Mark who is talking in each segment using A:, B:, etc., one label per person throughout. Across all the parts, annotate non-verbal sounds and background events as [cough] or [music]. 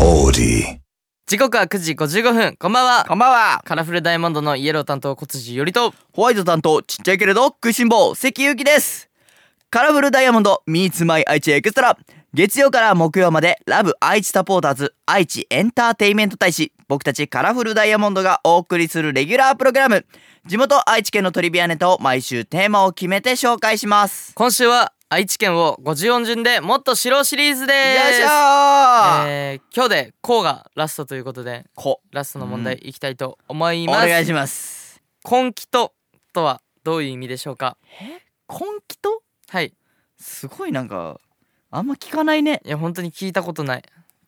A: オーデ
B: 時刻は9時55分こんばんは
C: こんばんは。
B: カラフルダイヤモンドのイエロー担当小辻よりと
C: ホワイト担当、ちっちゃいけれど、食いしん坊、関ゆきです。カラフルダイヤモンド、ミーツマイ愛知エクストラ。月曜から木曜まで、ラブ愛知サポーターズ、愛知エンターテイメント大使、僕たちカラフルダイヤモンドがお送りするレギュラープログラム。地元愛知県のトリビアネタを毎週テーマを決めて紹介します。
B: 今週は愛知県を50音順でもっと知ろうシリーズで
C: よい
B: す
C: しょー、
B: えー今日でこうがラストということで
C: こ、
B: ラストの問題いきたいと思い
C: お
B: ます、
C: 願いします。
B: 根気ととはどういう意味でしょうか
C: 根気と
B: はい
C: すごいなんか、あんま聞かないね。
B: いや本当に聞いたことない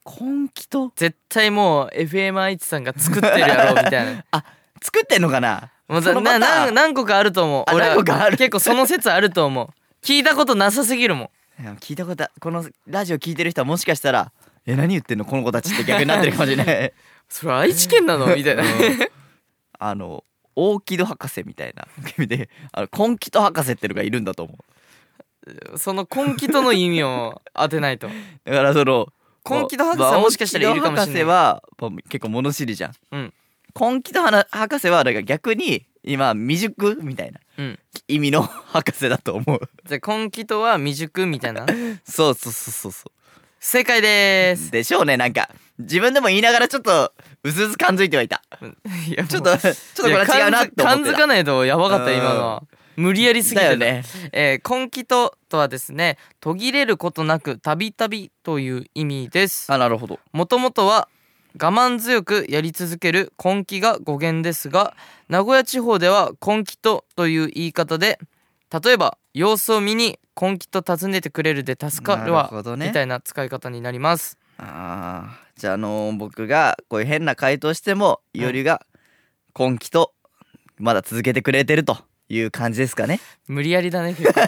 C: 根気と
B: 絶対もう FM 愛知さんが作ってるやろうみたい
C: [laughs]
B: な
C: 作ってんのかな
B: もう
C: そ
B: な
C: のパターン
B: な何個かあると思う
C: あ
B: 俺は
C: 何個かある
B: 結構その説あると思う聞いたことなさすぎるもん
C: いや聞いたことあこのラジオ聞いてる人はもしかしたら「え何言ってんのこの子たち」って逆になってるかもしれない
B: [laughs] それ愛知県
C: [laughs]
B: なのみたいな
C: あの大木戸博士みたいな君であの根気と博士ってのがいるんだと思う
B: その根気との意味を当てないと
C: だからその
B: 根気と博士はもしかしたらいるかもしれない、
C: まあ大木戸博士はまあ結構物知りじゃん、
B: うん
C: 根気とはな博士はだから逆に今未熟みたいな
B: うん、
C: 意味の博士だと思う
B: じゃあ根気とは未熟みたいな
C: そうそうそうそうそ
B: 正解で
C: う
B: す
C: でしょうねなんか自分でも言いながらちょっとうずうず感づいてはいた
B: いやもう
C: [laughs] ちょっとちょっとこれは違うな
B: いや感
C: って思っ
B: づ
C: て
B: 感づ
C: た
B: かないとやばかった今のは無理やりすぎて
C: だ
B: た
C: よね
B: えー根気ととはですね途切れることなくたびたびという意味です
C: あなるほど
B: もともとは我慢強くやり続ける根気が語源ですが名古屋地方では根気とという言い方で例えば様子を見に根気と尋ねてくれるで助かる
C: なる
B: わ
C: ほどね
B: みたいな使い方になります
C: あーじゃあ、あのー僕がこういう変な回答してもいおりが根気とまだ続けてくれてるという感じですかね
B: 無理やりだ
C: [laughs]
B: ね結構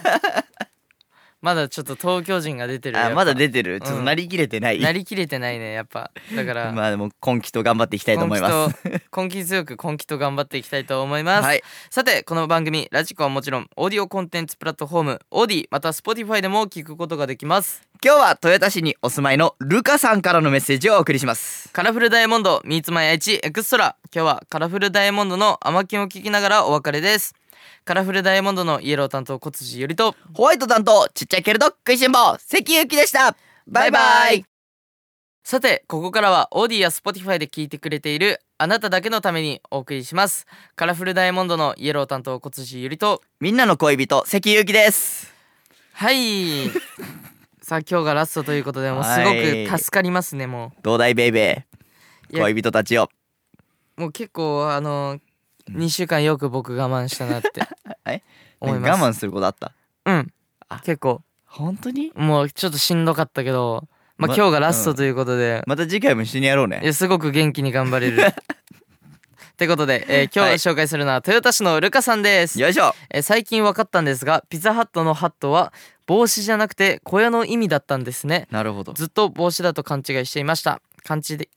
B: まだちょっと東京人が出てる
C: あ
B: やっぱ
C: まだ出てる
B: ん
C: ちょっとなりきれてない、
B: なりきれてないねやっぱだから
C: まあでも根気と頑張っていきたいと思います
B: 根気と根気強く根気と頑張っていきたいと思います、
C: はい
B: さてこの番組ラジコはもちろんオーディオコンテンツプラットフォームオーディまた Spotify でも聞くことができます
C: 今日は豊田市にお住まいのルカさんからのメッセージをお送りします
B: カラフルダイヤモンド Meets My 愛知エクストラ今日はカラフルダイヤモンドの甘きんを聞きながらお別れですカラフルダイヤモンドのイエロー担当小辻よりと
C: ホワイト担当ちっちゃいけれど食いしん坊関ゆきでしたバイバイ
B: さてここからはオーディや Spotify で聞いてくれているあなただけのためにお送りしますカラフルダイヤモンドのイエロー担当小辻よりと
C: みんなの恋人関ゆきです
B: はい。 [laughs] さあ今日がラストということでもうす
C: はい
B: ごく助かりますねも
C: どうだいベイベ
B: い
C: ー
B: や
C: 恋人たちよ
B: うもう結構あの2週間よく僕我慢したなって
C: [laughs] え
B: 思います
C: 我慢することあった
B: うん
C: あ
B: 結構
C: 本当に
B: もうちょっとしんどかったけどまあ
C: ま
B: 今日がラストということで、
C: また次回も一緒にやろうね
B: いやすごく元気に頑張 [laughs] れるってことで、えー今
C: はい
B: 日紹介するのは豊田市のルカさんです、
C: よいしょ
B: えー最近分かったんですがピザハットのハットは帽子じゃなくて小屋の意味だったんですね
C: なるほど
B: ずっと帽子だと勘違いしていました勘違い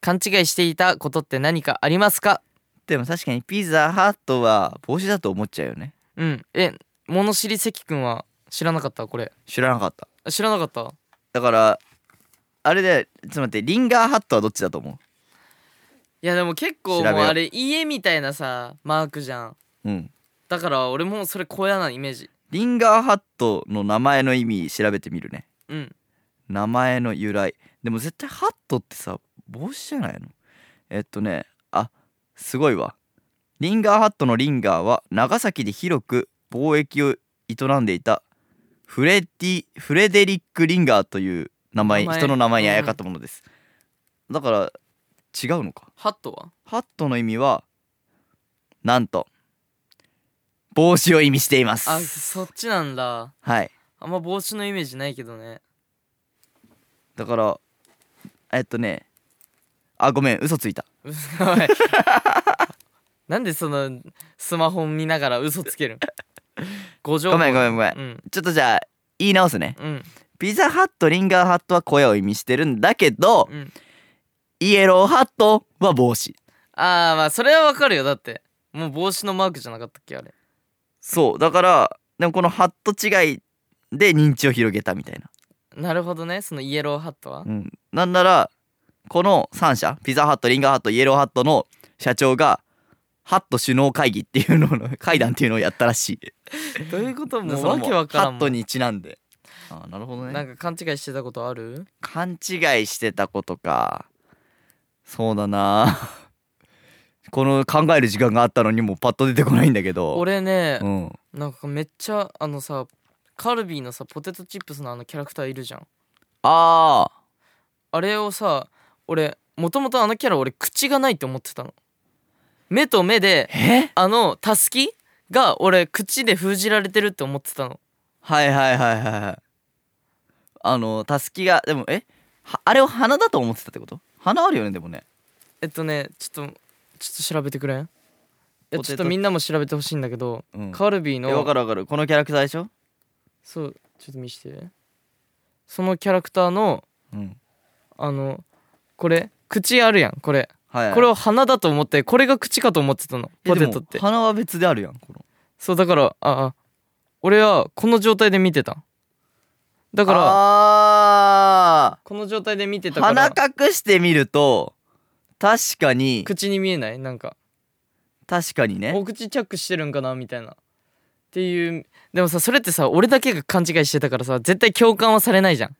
B: 勘違いしていたことって何かありますか
C: でも確かにピザハットは帽子だと思っちゃうよね
B: うんえ物知り関くんは知らなかったこれ
C: 知らなかった
B: あ知らなかった
C: だからあれでちょっと待ってリンガーハットはどっちだと思
B: いやでも結構
C: 調べよ
B: も
C: う
B: うあれ家みたいなさマークじゃん
C: ううん
B: だから俺もうそれ小屋なイメージ
C: リンガーハットの名前の意味調べてみるね
B: うん
C: 名前の由来でも絶対ハットってさ帽子じゃないのえっとねあすごいわリンガーハットのリンガーは長崎で広く貿易を営んでいたフレディフレデリック・リンガーという名前
B: 名前
C: 人の名前にあやかったものです、だから違うのか
B: ハットは
C: ハットの意味はなんと帽子を意味していま
B: あ
C: す
B: そっちなんだ
C: はい
B: あんま帽子のイメージないけどね [laughs]
C: だからえっとねあごめん嘘ついた
B: うっおいなんでそのスマホ見ながら嘘つけるんご情報
C: ごめんごめんごめん
B: うん
C: ちょっとじゃあ言い直すね
B: うん
C: ピザハットリンガーハットは小屋を意味してるんだけど
B: うん
C: イエローハットは帽子
B: ああまあそれはわかるよだってもう帽子のマークじゃなかったっけあれ
C: そうだからでもこのハット違いで認知を広げたみたいな、
B: なるほどねそのイエローハットは
C: うん、なんならこの3社ピザハットリンガーハットイエローハットの社長がハット首脳会議っていうのの会談っていうのを [laughs] やったらしい
B: どういうことも
C: そうの
B: わけわから
C: ハッ
B: んも
C: ト
B: ん
C: にちなんであーなるほどね
B: なんか勘違いしてたことある
C: 勘違いしてたことかそうだな [laughs] この考える時間があったのにもうパッと出てこないんだけど
B: 俺ね
C: うん
B: なんかめっちゃあのさカルビーのさポテトチップスのあのキャラクターいるじゃん
C: あー
B: あれをさ俺もともとあのキャラ俺口がないって思ってたの目と目で
C: え
B: あのたすきが俺口で封じられてるって思ってたの
C: はいはいはいはいはいあのたすきがでもえはあれを鼻だと思ってたってこと鼻あるよねでもね
B: えっとねちょっとちょっと調べてくれんいや
C: ポ
B: ち
C: テ
B: ょっ
C: ト
B: とみんなも調べてほしいんだけど、
C: うん
B: カルビー
C: えわか
B: の
C: るわかるこのキャラクターでしょ
B: そうちょっと見してそのキャラクターの
C: うん
B: あのこれ口あるやんこれ
C: はい、はい、
B: これ
C: は
B: を鼻だと思ってこれが口かと思ってたのポテトって
C: 鼻は別であるやんこの
B: そうだからああ俺はこの状態で見てただから
C: あ
B: この状態で見て
C: ー
B: たか
C: 鼻
B: ら
C: 隠してみると確かに
B: 口に見えないなんか
C: 確かにね
B: お口チャックしてるんかなみたいなっていうでもさそれってさ俺だけが勘違いしてたからさ絶対共感はされないじゃん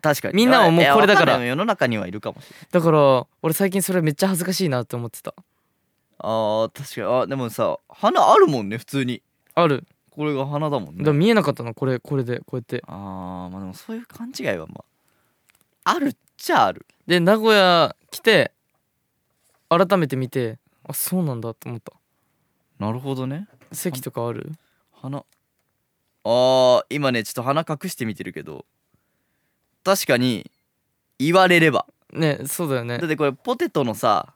C: 確かに
B: みんなはもうこれだから
C: いやわんない世の中にはいるかもしれない
B: だから俺最近それめっちゃ恥ずかしいなって思ってた
C: あー確かにあでもさ花あるもんね普通に
B: ある
C: これが花だもん
B: だから
C: ね
B: 見えなかったのこれこれでこうやって
C: あーまあでもそういう勘違いはまああるっちゃある
B: で名古屋来て改めて見てあそうなんだって思った
C: なるほどね
B: 席とかある
C: 花あー今ねちょっと花隠してみてるけど確かに言われれば
B: ねそうだよね
C: だってこれポテトのさ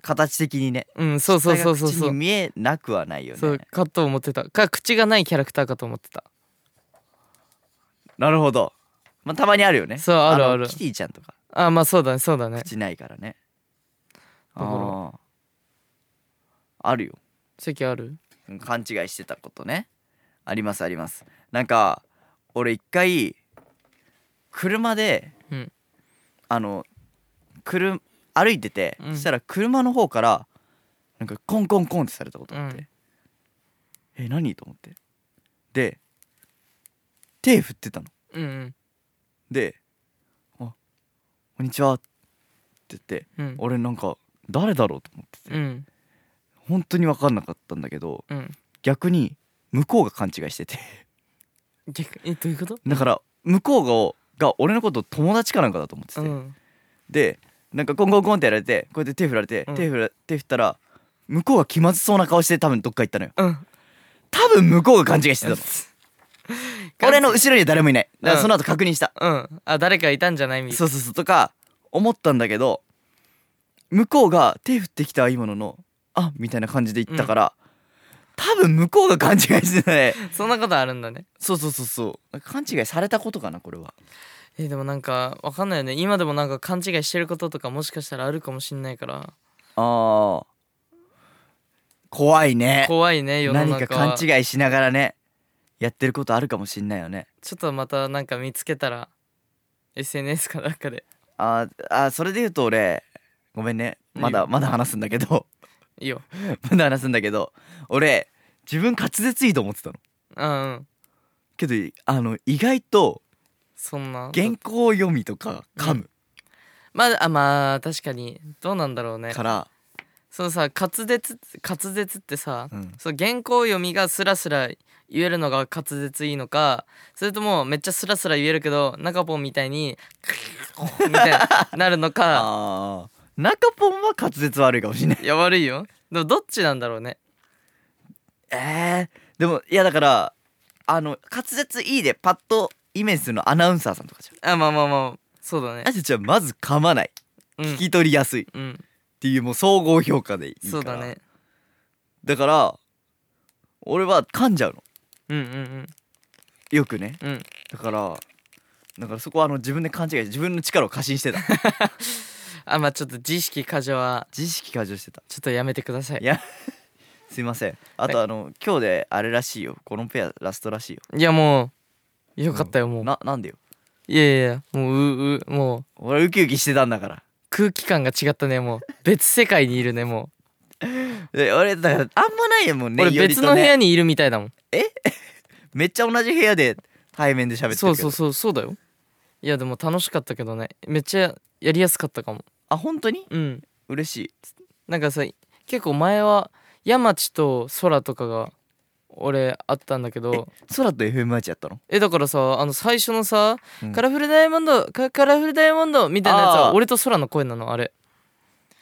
C: 形的にね
B: うんそうそうそうそう
C: 下が
B: そ
C: 口に
B: う
C: 見えなくはないよ
B: そう
C: ね
B: かと思ってたか口がないキャラクターかと思ってた
C: なるほどまあたまにあるよね
B: そうある
C: の
B: ある
C: キティちゃんとか
B: あまあそうだねそうだね
C: 口ないからね
B: だから
C: あーあるよ
B: 席ある
C: うん勘違いしてたことねありますありますなんか俺一回車で、
B: うん
C: あのくる歩いてて、
B: うん
C: そしたら車の方からなんかコンコンコンってされたことあって、え何と思ってで手振ってたの
B: うんうん
C: で「あこんにちは」って言って
B: うん
C: 俺なんか誰だろうと思ってて、
B: うん
C: 本当に分かんなかったんだけど
B: うん
C: 逆に向こうが勘違いしてて
B: 逆えどういうこと
C: だから向こうがをが俺のことを友達かなんかだと思ってて、
B: うん
C: でなんかコンコンコンってやられてこうやって手振られて、
B: うん
C: 手振ら手振ったら向こうが気まずそうな顔して多分どっか行ったのよ
B: うん
C: 多分向こうが勘違
B: [laughs]
C: いしてたの俺の後ろには誰もいないだからその後確認した、
B: うんあ誰かいたんじゃないみたい
C: そうそうそうとか思ったんだけど向こうが手振ってきたはいいもののあみたいな感じで言ったから、多分向こうが勘違いしてたね
B: なそんなことあるんだね
C: そうそうそうそう勘違いされたことかなこれは
B: えでもなんかわかんないよね今でもなんか勘違いしてることとかもしかしたらあるかもしんないから
C: ああ怖いね
B: 怖いね世の中
C: 何
B: は
C: か勘違いしながらねやってることあるかもしんないよね
B: ちょっとまたなんか見つけたら SNS かなんかで
C: あーあーそれで言うと俺ごめんねま
B: いい
C: だ
B: よ
C: まだ話すんだけど [laughs]
B: いいよ
C: まだ話すんだけど俺自分滑舌いいと思ってたの
B: うんうん
C: けどあの意外と
B: そんな
C: 原稿読みとか噛む
B: まああまあ確かにどうなんだろうね
C: から、
B: そのさ滑舌滑舌ってさ、
C: うん
B: そう原稿読みがスラスラ言えるのが滑舌いいのかそれともめっちゃスラスラ言えるけど中ポンみたいにみたいになるのか
C: あー中ポンは滑舌悪いかも
B: [laughs]
C: しんない
B: いや悪いよでもどっちなんだろうね
C: えー、でもいやだからあの滑舌いいでパッとイメージするのアナウンサーさんとかじゃん
B: あまあまあまあそうだね
C: 私たちはまず噛まない
B: うん
C: 聞き取りやすいっ
B: うん
C: ていうもう総合評価でいいから
B: そうだね
C: だから俺は噛んじゃうの
B: うんうん
C: よくね
B: うんうん
C: だからだからそこはあの自分で勘違いして自分の力を過信し
B: [laughs]
C: てた
B: あまあちょっと自意識過剰は
C: 自意識過剰してた
B: ちょっとやめてください
C: いやすいませんあとあの今日であれらしいよこのペアラストらしいよ
B: いやもうよかったよもう
C: ななんでよ
B: いやいやもうううもう
C: 俺ウキウキしてたんだから
B: く空気感が違ったねもう別世界にいるねも
C: え俺だからあんまないもん
B: う、
C: ね
B: 俺
C: より
B: 別
C: と
B: の部
C: ね
B: 屋にいるみたいだもん、
C: めっちゃ同じ部屋で対面で喋ってるけど
B: そうそうそうそうだよいやでも楽しかったけどねめっちゃやりやすかったかも
C: あ本当に
B: うん
C: 嬉しい
B: なんかさ結構前は山地と空とかが俺あったんだけど
C: 空と FM マッチやったの、
B: えだからさあの最初のさ
C: う
B: 「
C: ん
B: カラフルダイヤモンドカカラフルダイヤモンド」みたいなやつ
C: あ
B: は
C: ー
B: 俺と空の声なのあれ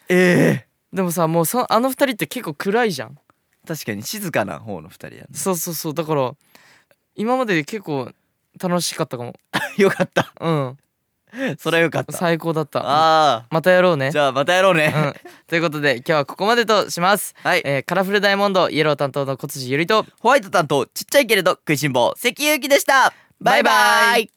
C: ええ
B: でもさもうそあの二人って結構暗いじゃん
C: 確かに静かな方の二人や
B: そうそうそうだから今まで結構楽しかったかも
C: な [laughs] よかった
B: うん
C: それはよかった
B: 最高だった
C: あ
B: またやろうね
C: あじゃあまたやろうね、
B: うん、ということで今日はここまでとします、
C: はい
B: えーカラフルダイヤモンドイエロー担当の小辻ゆりと
C: ホワイト担当ちっちゃいけれど食いしん坊関ゆうきでしたバイバ
B: バイバ
C: イ
B: イ